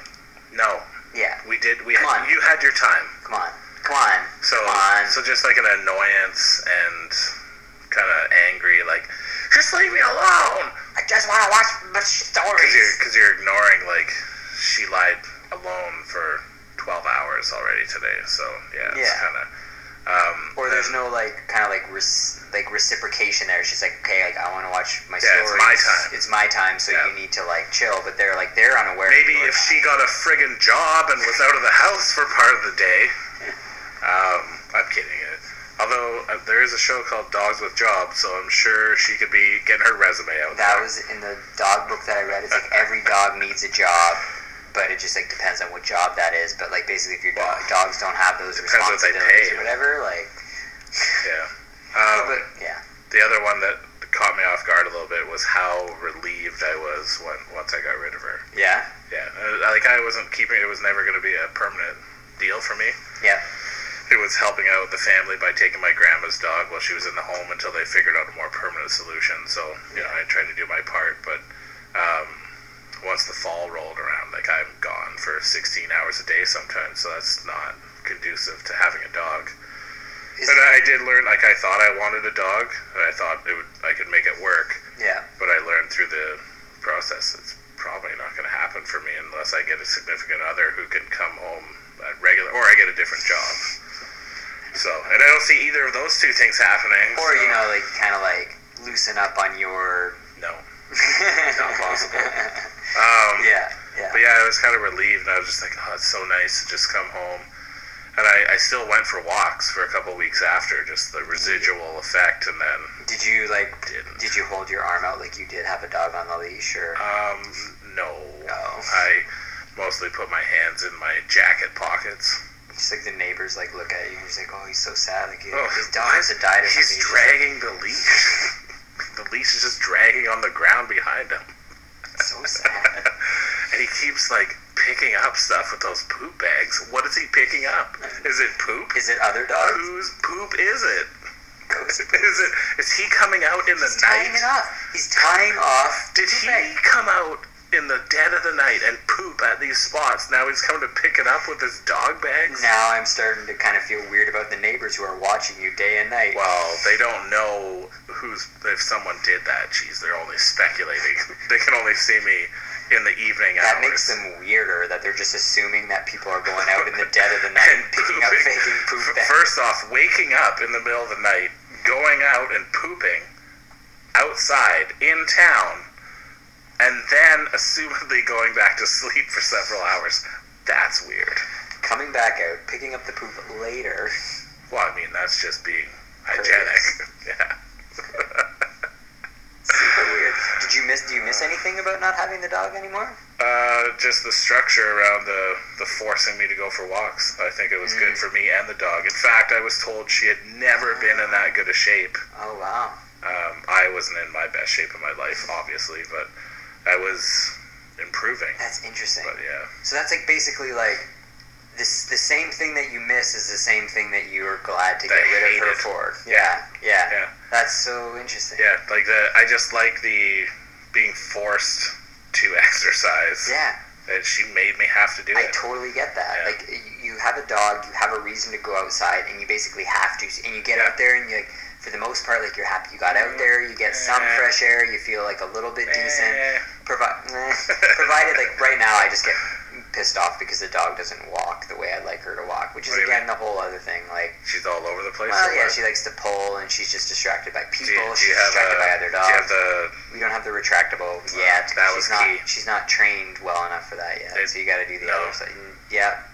Speaker 1: no,
Speaker 2: yeah.
Speaker 1: we did, we
Speaker 2: Come
Speaker 1: had,
Speaker 2: on.
Speaker 1: you had your time.
Speaker 2: Come on, come on,
Speaker 1: So,
Speaker 2: come on.
Speaker 1: so just like an annoyance and kind of angry, like, just leave me alone.
Speaker 2: I just want to watch my
Speaker 1: Because you're,
Speaker 2: stories.
Speaker 1: cause you're ignoring, like, she lied alone for 12 hours already today. So, yeah, it's
Speaker 2: Yeah.
Speaker 1: kind of. Um,
Speaker 2: Or there's no like kind of like res- like reciprocation there. She's like, okay, like I want to watch my
Speaker 1: Yeah,
Speaker 2: stories.
Speaker 1: it's my time.
Speaker 2: It's my time, so
Speaker 1: Yeah.
Speaker 2: you need to like chill. But they're like they're unaware. of
Speaker 1: maybe
Speaker 2: your
Speaker 1: if she
Speaker 2: time.
Speaker 1: got a friggin' job and was out of the house for part of the day. Um, I'm kidding. It. Although uh, there is a show called Dogs with Jobs, so I'm sure she could be getting her resume out.
Speaker 2: That was in the dog book that I read. It's like every dog needs a job, but it just like depends on what job that is. But like basically, if your dog, dogs don't have those
Speaker 1: Depends what they pay
Speaker 2: responsibilities
Speaker 1: you.
Speaker 2: or whatever, like
Speaker 1: yeah. Um,
Speaker 2: but yeah,
Speaker 1: the other one that caught me off guard a little bit was how relieved I was when once I got rid of her.
Speaker 2: yeah,
Speaker 1: Yeah, uh, like I wasn't keeping it. It was never going to be a permanent deal for me.
Speaker 2: yeah.
Speaker 1: It was helping out the family by taking my grandma's dog while she was in the home until they figured out a more permanent solution. So you know, I tried to do my part, but um, once the fall rolled around, like I'm gone for 16 hours a day sometimes. So that's not conducive to having a dog.
Speaker 2: Is-
Speaker 1: But uh, I did learn. Like I thought I wanted a dog, and I thought it would I could make it work.
Speaker 2: Yeah,
Speaker 1: But I learned through the process it's probably not going to happen for me unless I get a significant other who can come home at regular, or I get a different job. So, and I don't see either of those two things happening.
Speaker 2: Or,
Speaker 1: so,
Speaker 2: you know, like, kind of like loosen up on your.
Speaker 1: no.
Speaker 2: Not
Speaker 1: possible. Um,
Speaker 2: Yeah, yeah.
Speaker 1: But yeah, I was kind of relieved. I was just like, oh, it's so nice to just come home. And I, I still went for walks for a couple weeks after, just the residual effect. And then,
Speaker 2: Did you, like,
Speaker 1: Didn't.
Speaker 2: did you hold your arm out like you did have a dog on the leash or.
Speaker 1: um, no.
Speaker 2: Oh.
Speaker 1: I mostly put my hands in my jacket pockets.
Speaker 2: Just like the neighbors like look at you and just like, oh, he's so sad. Like
Speaker 1: Oh,
Speaker 2: his dog has to die. or
Speaker 1: He's
Speaker 2: something. just
Speaker 1: dragging the leash. the leash is just dragging on the ground behind him.
Speaker 2: like, so sad.
Speaker 1: And he keeps like picking up stuff with those poop bags. What is he picking up? Is it poop?
Speaker 2: Is it other dogs?
Speaker 1: Whose poop is it?
Speaker 2: Goes-
Speaker 1: Is it? Is he coming out in the
Speaker 2: He's tying it
Speaker 1: night?
Speaker 2: off. He's tying off.
Speaker 1: Did
Speaker 2: the
Speaker 1: he
Speaker 2: bag.
Speaker 1: come out in the dead of the night and poop at these spots? Now he's coming to pick it up with his dog bags.
Speaker 2: Now I'm starting to kind of feel weird about the neighbors who are watching you day and night.
Speaker 1: Well, they don't know who's if someone did that. Jeez, they're only speculating. they can only see me in the evening
Speaker 2: that
Speaker 1: hours.
Speaker 2: makes them weirder. That they're just assuming that people are going out in the dead of the night and picking up
Speaker 1: pooping.
Speaker 2: faking poop
Speaker 1: F-
Speaker 2: bags.
Speaker 1: First off, waking up in the middle of the night, going out and pooping outside in town, and then assumedly going back to sleep for several hours. That's weird.
Speaker 2: Coming back out, picking up the poop later.
Speaker 1: Well, I mean, that's just being
Speaker 2: Courteous.
Speaker 1: hygienic. yeah.
Speaker 2: Super weird. Did you miss? Do you miss anything about not having the dog anymore?
Speaker 1: Uh, just the structure around the, the forcing me to go for walks. I think it was
Speaker 2: Mm.
Speaker 1: good for me and the dog. In fact, I was told she had never been in that good a shape.
Speaker 2: Oh wow.
Speaker 1: Um, I wasn't in my best shape of my life, obviously, but I was improving.
Speaker 2: That's interesting.
Speaker 1: But yeah,
Speaker 2: So that's like basically like this the same thing that you miss is the same thing that you are glad to
Speaker 1: That
Speaker 2: get
Speaker 1: I
Speaker 2: rid of her
Speaker 1: hated.
Speaker 2: for. Yeah, yeah.
Speaker 1: Yeah.
Speaker 2: That's so interesting.
Speaker 1: yeah, like the I just like the being forced to exercise.
Speaker 2: Yeah,
Speaker 1: and she made me have to do
Speaker 2: I
Speaker 1: it.
Speaker 2: totally get that.
Speaker 1: Yeah.
Speaker 2: Like y- you have a dog, you have a reason to go outside and you basically have to and you get
Speaker 1: Yeah. Mm.
Speaker 2: out there and you like for the most part like you're happy you got out there, you get some
Speaker 1: Eh.
Speaker 2: fresh air, you feel like a little bit decent.
Speaker 1: Eh.
Speaker 2: Provi- eh. provided like right now I just get pissed off because the dog doesn't walk the way I'd like her to walk, which is
Speaker 1: What do you
Speaker 2: again the whole other thing like
Speaker 1: She's all over the place.
Speaker 2: Well,
Speaker 1: or
Speaker 2: yeah,
Speaker 1: what?
Speaker 2: she likes to pull, and she's just distracted by
Speaker 1: do you,
Speaker 2: people.
Speaker 1: do you
Speaker 2: she's
Speaker 1: have
Speaker 2: distracted
Speaker 1: a,
Speaker 2: by other
Speaker 1: Do you have
Speaker 2: dogs.
Speaker 1: the
Speaker 2: we don't have the retractable yet.
Speaker 1: that
Speaker 2: she's
Speaker 1: was
Speaker 2: not,
Speaker 1: key.
Speaker 2: She's not trained well enough for that yet.
Speaker 1: It-
Speaker 2: so you got to do the
Speaker 1: no.
Speaker 2: other side. Mm, Yeah,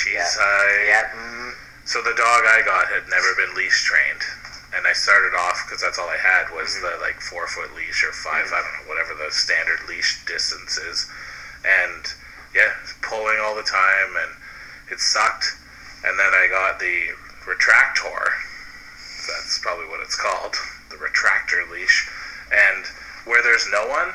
Speaker 1: geez,
Speaker 2: Yeah.
Speaker 1: I,
Speaker 2: yeah. Mm,
Speaker 1: So the dog I got had never been leash trained, and I started off because that's all I had was the like four foot leash or 5 I don't know whatever the standard leash distance is, and yeah, pulling all the time and it sucked, and then I got the retractor, that's probably what it's called, the retractor leash, and where there's no one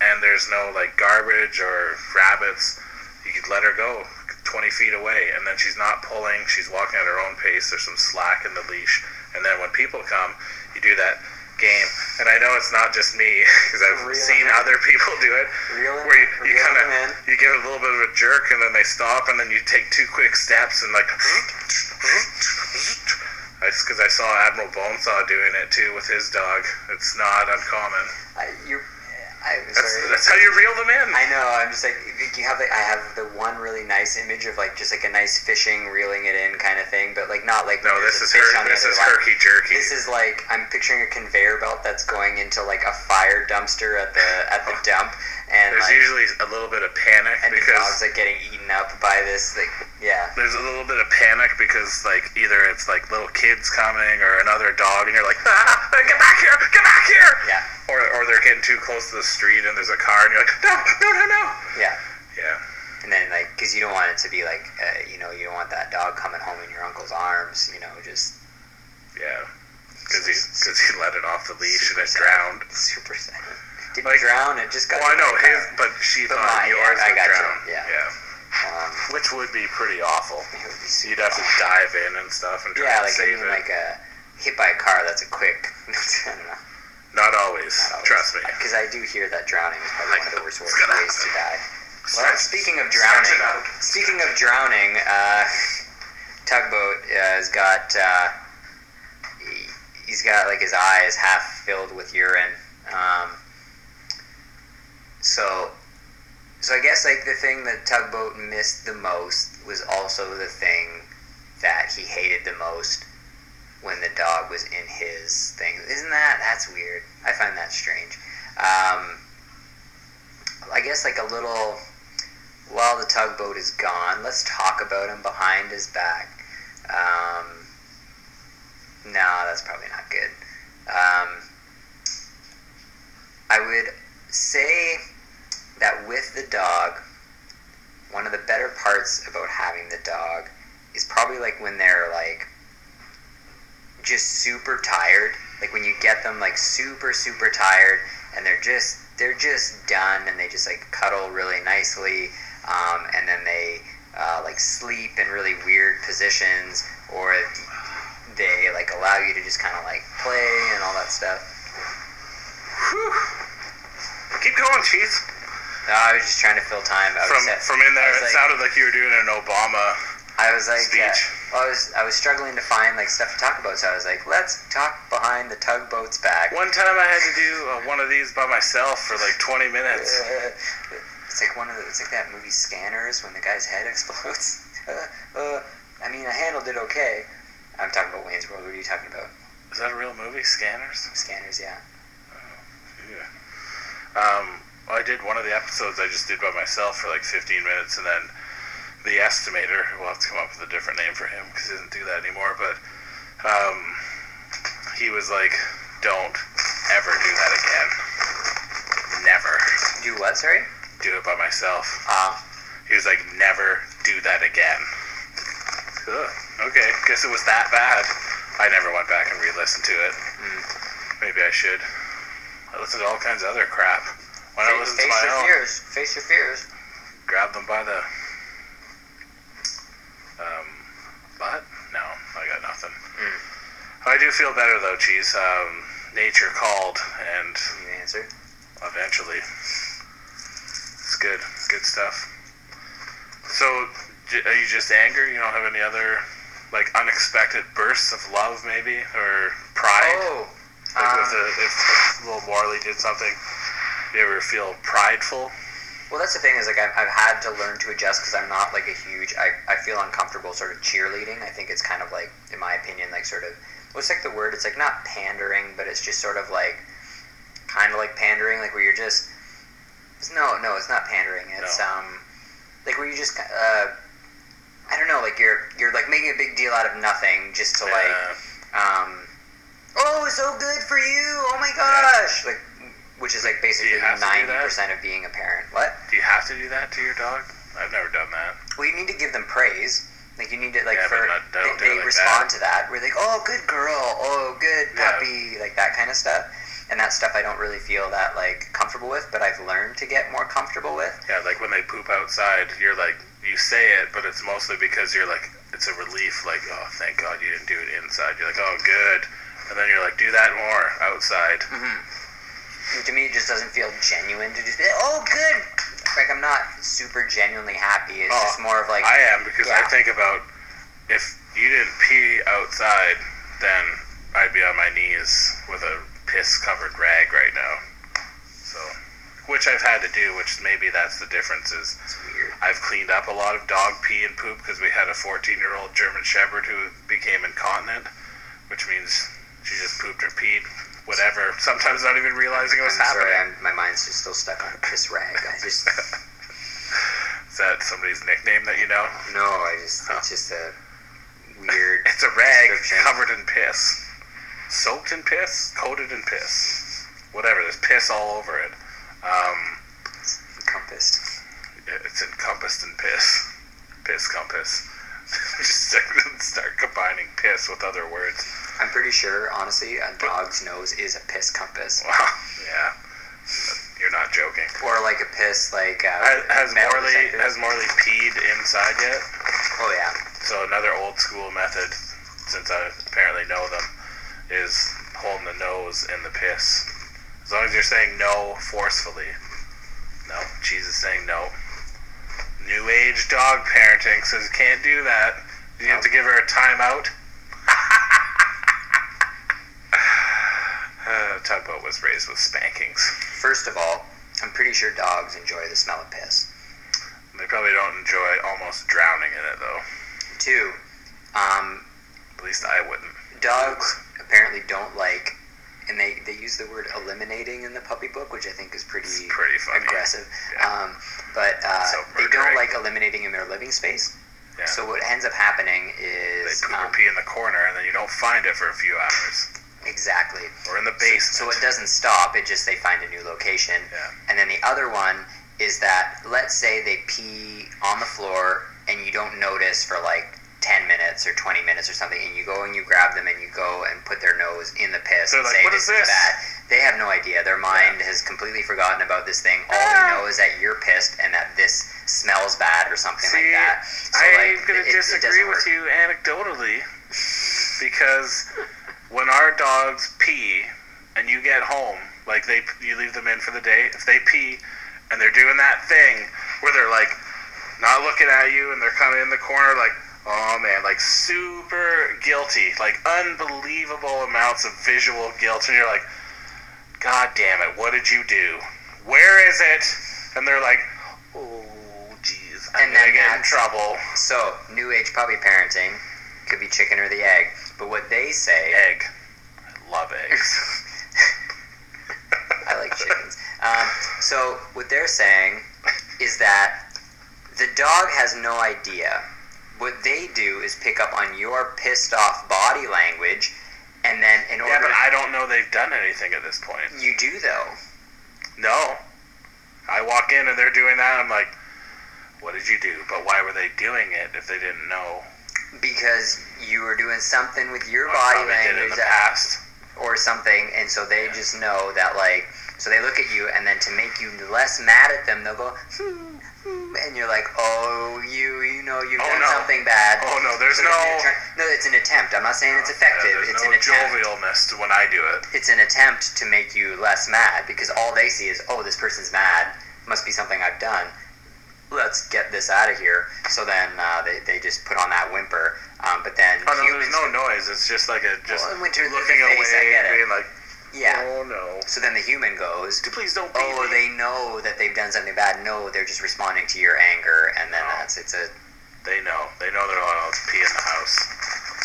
Speaker 1: and there's no like garbage or rabbits, you could let her go 20 feet away, and then she's not pulling, she's walking at her own pace. There's some slack in the leash, and then when people come, you do that game. And I know it's not just me because I've
Speaker 2: Reel
Speaker 1: seen
Speaker 2: him in.
Speaker 1: other people do it,
Speaker 2: Reel him-
Speaker 1: where you, you
Speaker 2: reel
Speaker 1: kind of
Speaker 2: him in.
Speaker 1: you give it a little bit of a jerk, and then they stop, and then you take two quick steps, and like.
Speaker 2: Mm-hmm.
Speaker 1: Because I saw Admiral Bonesaw doing it too with his dog. It's not uncommon.
Speaker 2: I, you, I'm
Speaker 1: That's,
Speaker 2: sorry.
Speaker 1: that's how you reel them in.
Speaker 2: I know. I'm just like like, you have. Like, I have the one really nice image of like just like a nice fishing, reeling it in kind of thing, but like not like
Speaker 1: No,
Speaker 2: there's
Speaker 1: this
Speaker 2: a
Speaker 1: is
Speaker 2: fish on
Speaker 1: her.
Speaker 2: the
Speaker 1: This
Speaker 2: other
Speaker 1: is
Speaker 2: line.
Speaker 1: herky jerky.
Speaker 2: This is like I'm picturing a conveyor belt that's going into like a fire dumpster at the at the dump,
Speaker 1: Oh.
Speaker 2: and
Speaker 1: There's
Speaker 2: like,
Speaker 1: usually a little bit of panic
Speaker 2: and the
Speaker 1: because
Speaker 2: dog's like getting eaten up by this. Like, yeah,
Speaker 1: there's a little bit of panic because like either it's like little kids coming or another dog, and you're like, ah, get back here, get back here.
Speaker 2: Yeah.
Speaker 1: Or or they're getting too close to the street and there's a car, and you're like, no, no, no, no.
Speaker 2: yeah.
Speaker 1: Yeah.
Speaker 2: And then like, because you don't want it to be like, uh, you know, you don't want that dog coming home in your uncle's arms. You know, just
Speaker 1: Yeah. Because he, cause he let it off the leash and it
Speaker 2: Super
Speaker 1: drowned.
Speaker 2: super sad. Didn't
Speaker 1: Like-
Speaker 2: drown. It just got.
Speaker 1: Well, I know
Speaker 2: like,
Speaker 1: his, but she
Speaker 2: But
Speaker 1: thought
Speaker 2: mine, yeah,
Speaker 1: yours
Speaker 2: I
Speaker 1: would
Speaker 2: got you,
Speaker 1: drown.
Speaker 2: yeah. Um,
Speaker 1: Which would be pretty awful.
Speaker 2: it would be
Speaker 1: You'd
Speaker 2: super
Speaker 1: have to dive in and stuff and try to
Speaker 2: Yeah, like I
Speaker 1: save it.
Speaker 2: mean, like a hit by a car. That's a quick. I don't know.
Speaker 1: Not always. Trust me.
Speaker 2: Because I do hear that drowning is probably one of the worst ways
Speaker 1: It's gonna
Speaker 2: to die. Well,
Speaker 1: Stretch-
Speaker 2: speaking of
Speaker 1: stretch
Speaker 2: drowning,
Speaker 1: it out.
Speaker 2: speaking of drowning, uh, tugboat uh, has got uh, he- he's got like his eyes half filled with urine. Um, so so I guess like the thing that Tugboat missed the most was also the thing that he hated the most when the dog was in his thing. Isn't that that's weird? I find that strange. Um, I guess like a little while the tugboat is gone, let's talk about him behind his back. Um, no, that's probably not good. Um, I would say that with the dog, one of the better parts about having the dog is probably like when they're like just super tired. Like when you get them like super super tired and they're just they're just done and they just like cuddle really nicely um, and then they uh, like sleep in really weird positions or they like allow you to just kind of like play and all that stuff.
Speaker 1: Whew. Keep going, Cheese.
Speaker 2: No, I was just trying to fill time. I was
Speaker 1: From
Speaker 2: set-
Speaker 1: from in there,
Speaker 2: I was
Speaker 1: it
Speaker 2: like-
Speaker 1: sounded like you were doing an Obama.
Speaker 2: I was like, yeah.
Speaker 1: Speech.
Speaker 2: Well, I was I was struggling to find like stuff to talk about, so I was like, let's talk behind the tugboat's back.
Speaker 1: One time I had to do uh, one of these by myself for like 20 minutes.
Speaker 2: It's like one of the, it's like that movie Scanners when the guy's head explodes. uh, uh, I mean, I handled it okay. I'm talking about Wayne's World. What are you talking about?
Speaker 1: Is that a real movie, Scanners?
Speaker 2: Scanners, yeah.
Speaker 1: Yeah. Um, I did one of the episodes I just did by myself for like 15 minutes, and then the estimator, we'll have to come up with a different name for him because he doesn't do that anymore, but um, he was like, don't ever do that again. Never
Speaker 2: Do what? Sorry.
Speaker 1: do it by myself.
Speaker 2: Uh,
Speaker 1: He was like, never do that again. Ugh, okay, guess it was that bad. I never went back and re listened to it. Maybe I should. I listened to all kinds of other crap. Why not listen to
Speaker 2: face
Speaker 1: my
Speaker 2: your
Speaker 1: own?
Speaker 2: fears. Face your fears.
Speaker 1: Grab them by the. Um, butt? No, I got nothing. I do feel better though, Cheese. Um, nature called, and
Speaker 2: You answered.
Speaker 1: eventually. It's good. Good stuff. So, j- are you just anger? You don't have any other, like, unexpected bursts of love, maybe? Or pride?
Speaker 2: Oh.
Speaker 1: like,
Speaker 2: um,
Speaker 1: with the, if, if little Warley did something, you ever feel prideful?
Speaker 2: Well, that's the thing is like I've, I've had to learn to adjust because I'm not like a huge. I, I feel uncomfortable sort of cheerleading. I think it's kind of like, in my opinion, like sort of what's like the word? It's like not pandering, but it's just sort of like kind of like pandering, like where you're just it's- no, no, it's not pandering. It's
Speaker 1: No.
Speaker 2: um like where you just uh I don't know, like you're you're like making a big deal out of nothing just to like
Speaker 1: Uh,
Speaker 2: um, oh, so good for you! Oh my gosh! Like, which is like basically
Speaker 1: have to do
Speaker 2: ninety
Speaker 1: that?
Speaker 2: percent of being a parent. What?
Speaker 1: Do you have to do that to your dog? I've never done that.
Speaker 2: Well, you need to give them praise. Like you need to like
Speaker 1: Yeah, but
Speaker 2: for
Speaker 1: not-
Speaker 2: they,
Speaker 1: don't do
Speaker 2: they
Speaker 1: it like
Speaker 2: respond to that. We're like, oh, good girl. Oh, good
Speaker 1: Yeah.
Speaker 2: puppy. Like that kind of stuff. And that stuff I don't really feel that like comfortable with, but I've learned to get more comfortable with.
Speaker 1: Yeah, like when they poop outside, you're like, you say it, but it's mostly because you're like, it's a relief. Like, oh, thank God you didn't do it inside. You're like, oh, good. And then you're like, do that more outside. Mm-hmm.
Speaker 2: to me it just doesn't feel genuine to just be oh good like i'm not super genuinely happy it's
Speaker 1: Oh,
Speaker 2: just more of like
Speaker 1: I am because I
Speaker 2: Yeah.
Speaker 1: think about if you didn't pee outside, then I'd be on my knees with a piss covered rag right now. So, which I've had to do, which maybe that's the difference is
Speaker 2: it's weird
Speaker 1: I've cleaned up a lot of dog pee and poop because we had a 14 year old German Shepherd who became incontinent, which means she just pooped or peed, whatever, sometimes not even realizing it
Speaker 2: i'm
Speaker 1: was
Speaker 2: sorry
Speaker 1: happening.
Speaker 2: I'm, my mind's just still stuck on piss rag i just
Speaker 1: Is that somebody's nickname that you know?
Speaker 2: no i just it's just a weird
Speaker 1: It's a rag
Speaker 2: Description.
Speaker 1: covered in piss. Soaked in piss, coated in piss. Whatever, there's piss all over it. Um,
Speaker 2: encompassed
Speaker 1: it's encompassed in piss. Piss compass. Just start- start combining piss with other words.
Speaker 2: i'm pretty sure honestly a dog's nose is a piss compass
Speaker 1: Wow. Yeah. You're not joking.
Speaker 2: or like a piss like uh,
Speaker 1: Has, has
Speaker 2: metal
Speaker 1: Morley
Speaker 2: detector.
Speaker 1: has Morley peed inside yet?
Speaker 2: oh yeah
Speaker 1: So another old school method, since I apparently know them, is holding the nose in the piss. As long as you're saying no forcefully. No, cheese is saying no. New age dog parenting says you can't do that. You have to give her a timeout. uh, tugboat was raised with spankings.
Speaker 2: first of all i'm pretty sure dogs enjoy the smell of piss
Speaker 1: probably don't enjoy almost drowning in it though.
Speaker 2: Two, um,
Speaker 1: At least I wouldn't.
Speaker 2: dogs apparently don't like, and they, they use the word eliminating in the puppy book, which I think is pretty,
Speaker 1: It's pretty funny.
Speaker 2: aggressive.
Speaker 1: Yeah.
Speaker 2: Um, but uh,
Speaker 1: So
Speaker 2: they don't
Speaker 1: murdering.
Speaker 2: like eliminating in their living space.
Speaker 1: Yeah.
Speaker 2: So what ends up happening
Speaker 1: they
Speaker 2: is
Speaker 1: poop
Speaker 2: um,
Speaker 1: or pee in the corner and then you don't find it for a few hours
Speaker 2: exactly.
Speaker 1: or in the basement.
Speaker 2: So it doesn't stop. It just they find a new location.
Speaker 1: Yeah.
Speaker 2: And then the other one is that let's say they pee on the floor and you don't notice for like ten minutes or twenty minutes or something, and you go and you grab them and you go and put their nose in the piss
Speaker 1: They're
Speaker 2: and
Speaker 1: like,
Speaker 2: say
Speaker 1: "What
Speaker 2: this
Speaker 1: is
Speaker 2: is,
Speaker 1: this?"
Speaker 2: bad. They have no idea. Their mind has completely forgotten about this thing. All
Speaker 1: Ah.
Speaker 2: they know is that you're pissed and that this smells bad or something like
Speaker 1: See,
Speaker 2: that. So
Speaker 1: I'm
Speaker 2: like,
Speaker 1: gonna
Speaker 2: it- it doesn't
Speaker 1: disagree with
Speaker 2: work.
Speaker 1: you anecdotally because when our dogs pee and you get home, like they you leave them in for the day, if they pee and they're doing that thing where they're like not looking at you and they're kind of in the corner like oh man like super guilty like unbelievable amounts of visual guilt and you're like god damn it what did you do where is it and they're like oh jeez i'm
Speaker 2: And
Speaker 1: gonna
Speaker 2: then
Speaker 1: get in
Speaker 2: that's-
Speaker 1: trouble
Speaker 2: So new age puppy parenting could be chicken or the egg. But what they say
Speaker 1: egg i love eggs
Speaker 2: I like chickens. Um, so what they're saying is that the dog has no idea. What they do is pick up on your pissed off body language, and then in
Speaker 1: yeah
Speaker 2: order
Speaker 1: but i don't know they've done anything at this point
Speaker 2: you do though.
Speaker 1: No. I walk in and they're doing that. I'm like, what did you do? But why were they doing it if they didn't know?
Speaker 2: Because you were doing something with your
Speaker 1: What
Speaker 2: body
Speaker 1: probably did in
Speaker 2: language
Speaker 1: the past.
Speaker 2: or something, and so they just know that like. So they look at you, and then to make you less mad at them, they'll go, hmm, hmm, and you're like, oh, you, you know, you've
Speaker 1: Oh,
Speaker 2: done
Speaker 1: no.
Speaker 2: something bad.
Speaker 1: Oh no, there's
Speaker 2: So
Speaker 1: no.
Speaker 2: they're trying- no, it's an attempt. I'm not saying it's effective.
Speaker 1: Yeah, there's
Speaker 2: it's
Speaker 1: no
Speaker 2: an attempt.
Speaker 1: jovialness when I do it.
Speaker 2: It's an attempt to make you less mad because all they see is, oh, this person's mad. Must be something I've done. Let's get this out of here. So then uh, they, they just put on that whimper. Um, but then
Speaker 1: Oh no,
Speaker 2: humans,
Speaker 1: there's no noise. It's just like a just
Speaker 2: Well, in winter, the
Speaker 1: looking away,
Speaker 2: face, I get it.
Speaker 1: being like,
Speaker 2: yeah.
Speaker 1: oh no,
Speaker 2: So then the human goes,
Speaker 1: please don't. beat
Speaker 2: oh,
Speaker 1: me.
Speaker 2: they know that they've done something bad. No, they're just responding to your anger, and then
Speaker 1: No.
Speaker 2: that's it's a
Speaker 1: They know. They know they're allowed to pee in the house.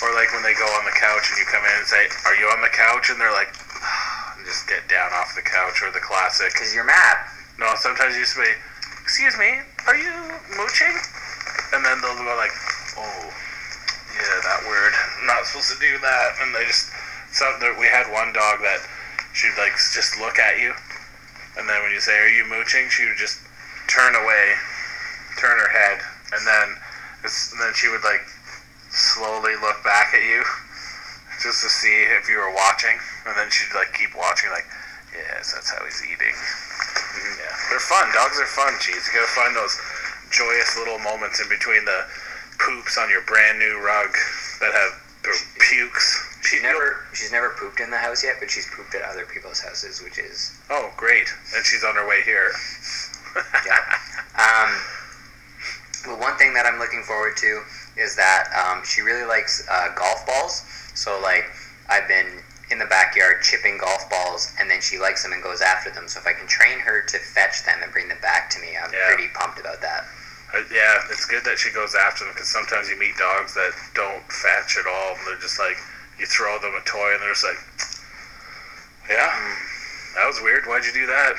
Speaker 1: Or like when they go on the couch and you come in and say, "Are you on the couch?" and they're like, "Ah," and just get down off the couch or the classic.
Speaker 2: because you're mad.
Speaker 1: No, sometimes you used to be, excuse me, are you mooching? And then they'll go like, oh, yeah, that word. I'm not supposed to do that. And they just, some, there- we had one dog that she'd like s- just look at you. And then when you say, are you mooching? She would just turn away, turn her head. And then, it's, and then she would like slowly look back at you just to see if you were watching. And then she'd like keep watching like, yes, that's how he's eating. Yeah, they're fun. Dogs are fun, Cheese. You gotta find those joyous little moments in between the poops on your brand new rug that have or pukes.
Speaker 2: She's
Speaker 1: Pu-
Speaker 2: never she's never pooped in the house yet, but she's pooped at other people's houses, which is
Speaker 1: Oh, great! And she's on her way here.
Speaker 2: Yeah. Um, well, one thing that I'm looking forward to is that um, she really likes uh, golf balls. So, like, I've been in the backyard chipping golf balls, and then she likes them and goes after them. So, if I can train her to fetch them and bring them back to me, I'm
Speaker 1: Yeah.
Speaker 2: pretty pumped about that.
Speaker 1: Uh, yeah, it's good that she goes after them because sometimes you meet dogs that don't fetch at all. They're just like you throw them a toy and they're just like, yeah,
Speaker 2: Mm.
Speaker 1: that was weird. Why'd you do that?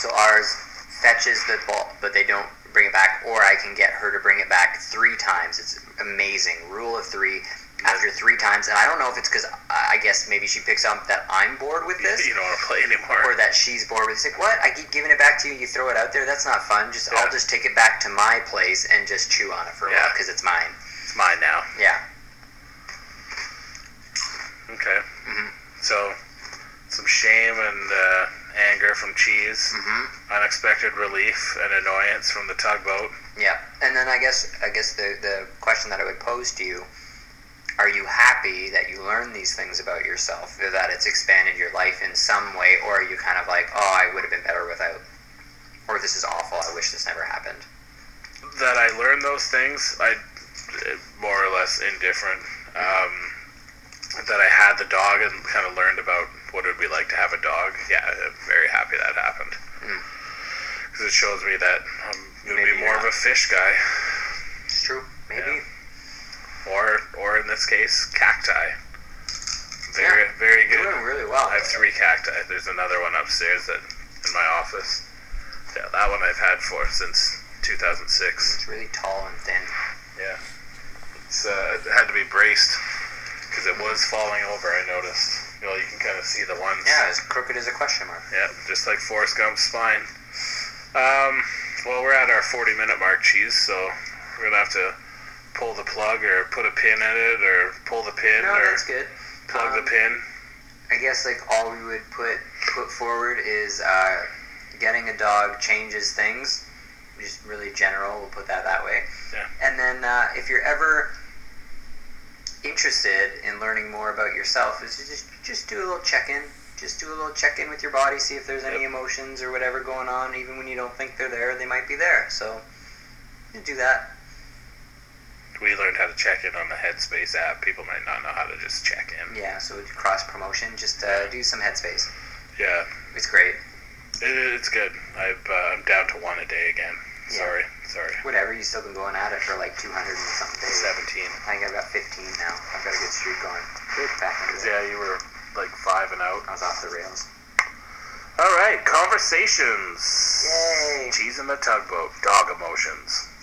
Speaker 2: So, ours fetches the ball, but they don't bring it back, or I can get her to bring it back three times. It's amazing. Rule of three. After three times, and I don't know if it's because I I guess maybe she picks up that I'm bored with this,
Speaker 1: You don't want to play anymore.
Speaker 2: or that she's bored with. It's like, what? I keep giving it back to you. You throw it out there. That's not fun. Just
Speaker 1: Yeah.
Speaker 2: I'll just take it back to my place and just chew on it for a while
Speaker 1: Yeah.
Speaker 2: because it's mine.
Speaker 1: it's mine now.
Speaker 2: Yeah.
Speaker 1: Okay.
Speaker 2: Mhm.
Speaker 1: So, some shame and uh, anger from Cheese,
Speaker 2: Mm-hmm.
Speaker 1: unexpected relief and annoyance from the tugboat.
Speaker 2: Yeah. And then I guess I guess the the question that I would pose to you: Are you happy that you learned these things about yourself? Or that it's expanded your life in some way, or are you kind of like, oh, I would have been better without, or this is awful. I wish this never happened.
Speaker 1: That I learned those things, I eh, more or less indifferent. Um, that I had the dog and kind of learned about what it would be like to have a dog. Yeah, I'm very happy that happened.
Speaker 2: Mm.
Speaker 1: Because it shows me that I'm You would be
Speaker 2: Maybe
Speaker 1: more of a fish guy,
Speaker 2: It's true. Maybe.
Speaker 1: Yeah. or or in this case, cacti. Very very
Speaker 2: You're
Speaker 1: good.
Speaker 2: doing really well.
Speaker 1: I have three cacti. There's another one upstairs that in my office. Yeah, that one I've had for since 2006.
Speaker 2: It's really tall and thin.
Speaker 1: Yeah, it's uh, it had to be braced because it was falling over. I noticed. You know, you can kind of see the ones.
Speaker 2: Yeah, as crooked as a question mark.
Speaker 1: Yeah, just like Forrest Gump's spine. Um, well, we're at our 40 minute mark, Cheese, so we're going to have to pull the plug or put a pin in it or pull the pin
Speaker 2: No,
Speaker 1: or
Speaker 2: that's good.
Speaker 1: plug
Speaker 2: Um,
Speaker 1: the pin.
Speaker 2: I guess like all we would put put forward is uh, getting a dog changes things. Just really general. We'll put that that way.
Speaker 1: Yeah.
Speaker 2: And then uh, if you're ever interested in learning more about yourself, is to just just do a little check in. Just do a little check in with your body, see if there's any
Speaker 1: Yep.
Speaker 2: emotions or whatever going on. Even when you don't think they're there, they might be there. So you do that.
Speaker 1: We learned how to check in on the Headspace app. People might not know how to just check in.
Speaker 2: Yeah. So cross promotion. Just uh, do some headspace.
Speaker 1: Yeah,
Speaker 2: It's great.
Speaker 1: it, it's good. I've, uh, I'm down to one a day again.
Speaker 2: Yeah.
Speaker 1: Sorry, sorry.
Speaker 2: Whatever. You still been going at it for like 200 and something days.
Speaker 1: 17.
Speaker 2: I think I've got 15 now. I've got a good streak going. Back into it.
Speaker 1: Yeah, you were like five and out.
Speaker 2: I was off the rails.
Speaker 1: All right, conversations.
Speaker 2: Yay.
Speaker 1: Cheese in the tugboat, dog emotions.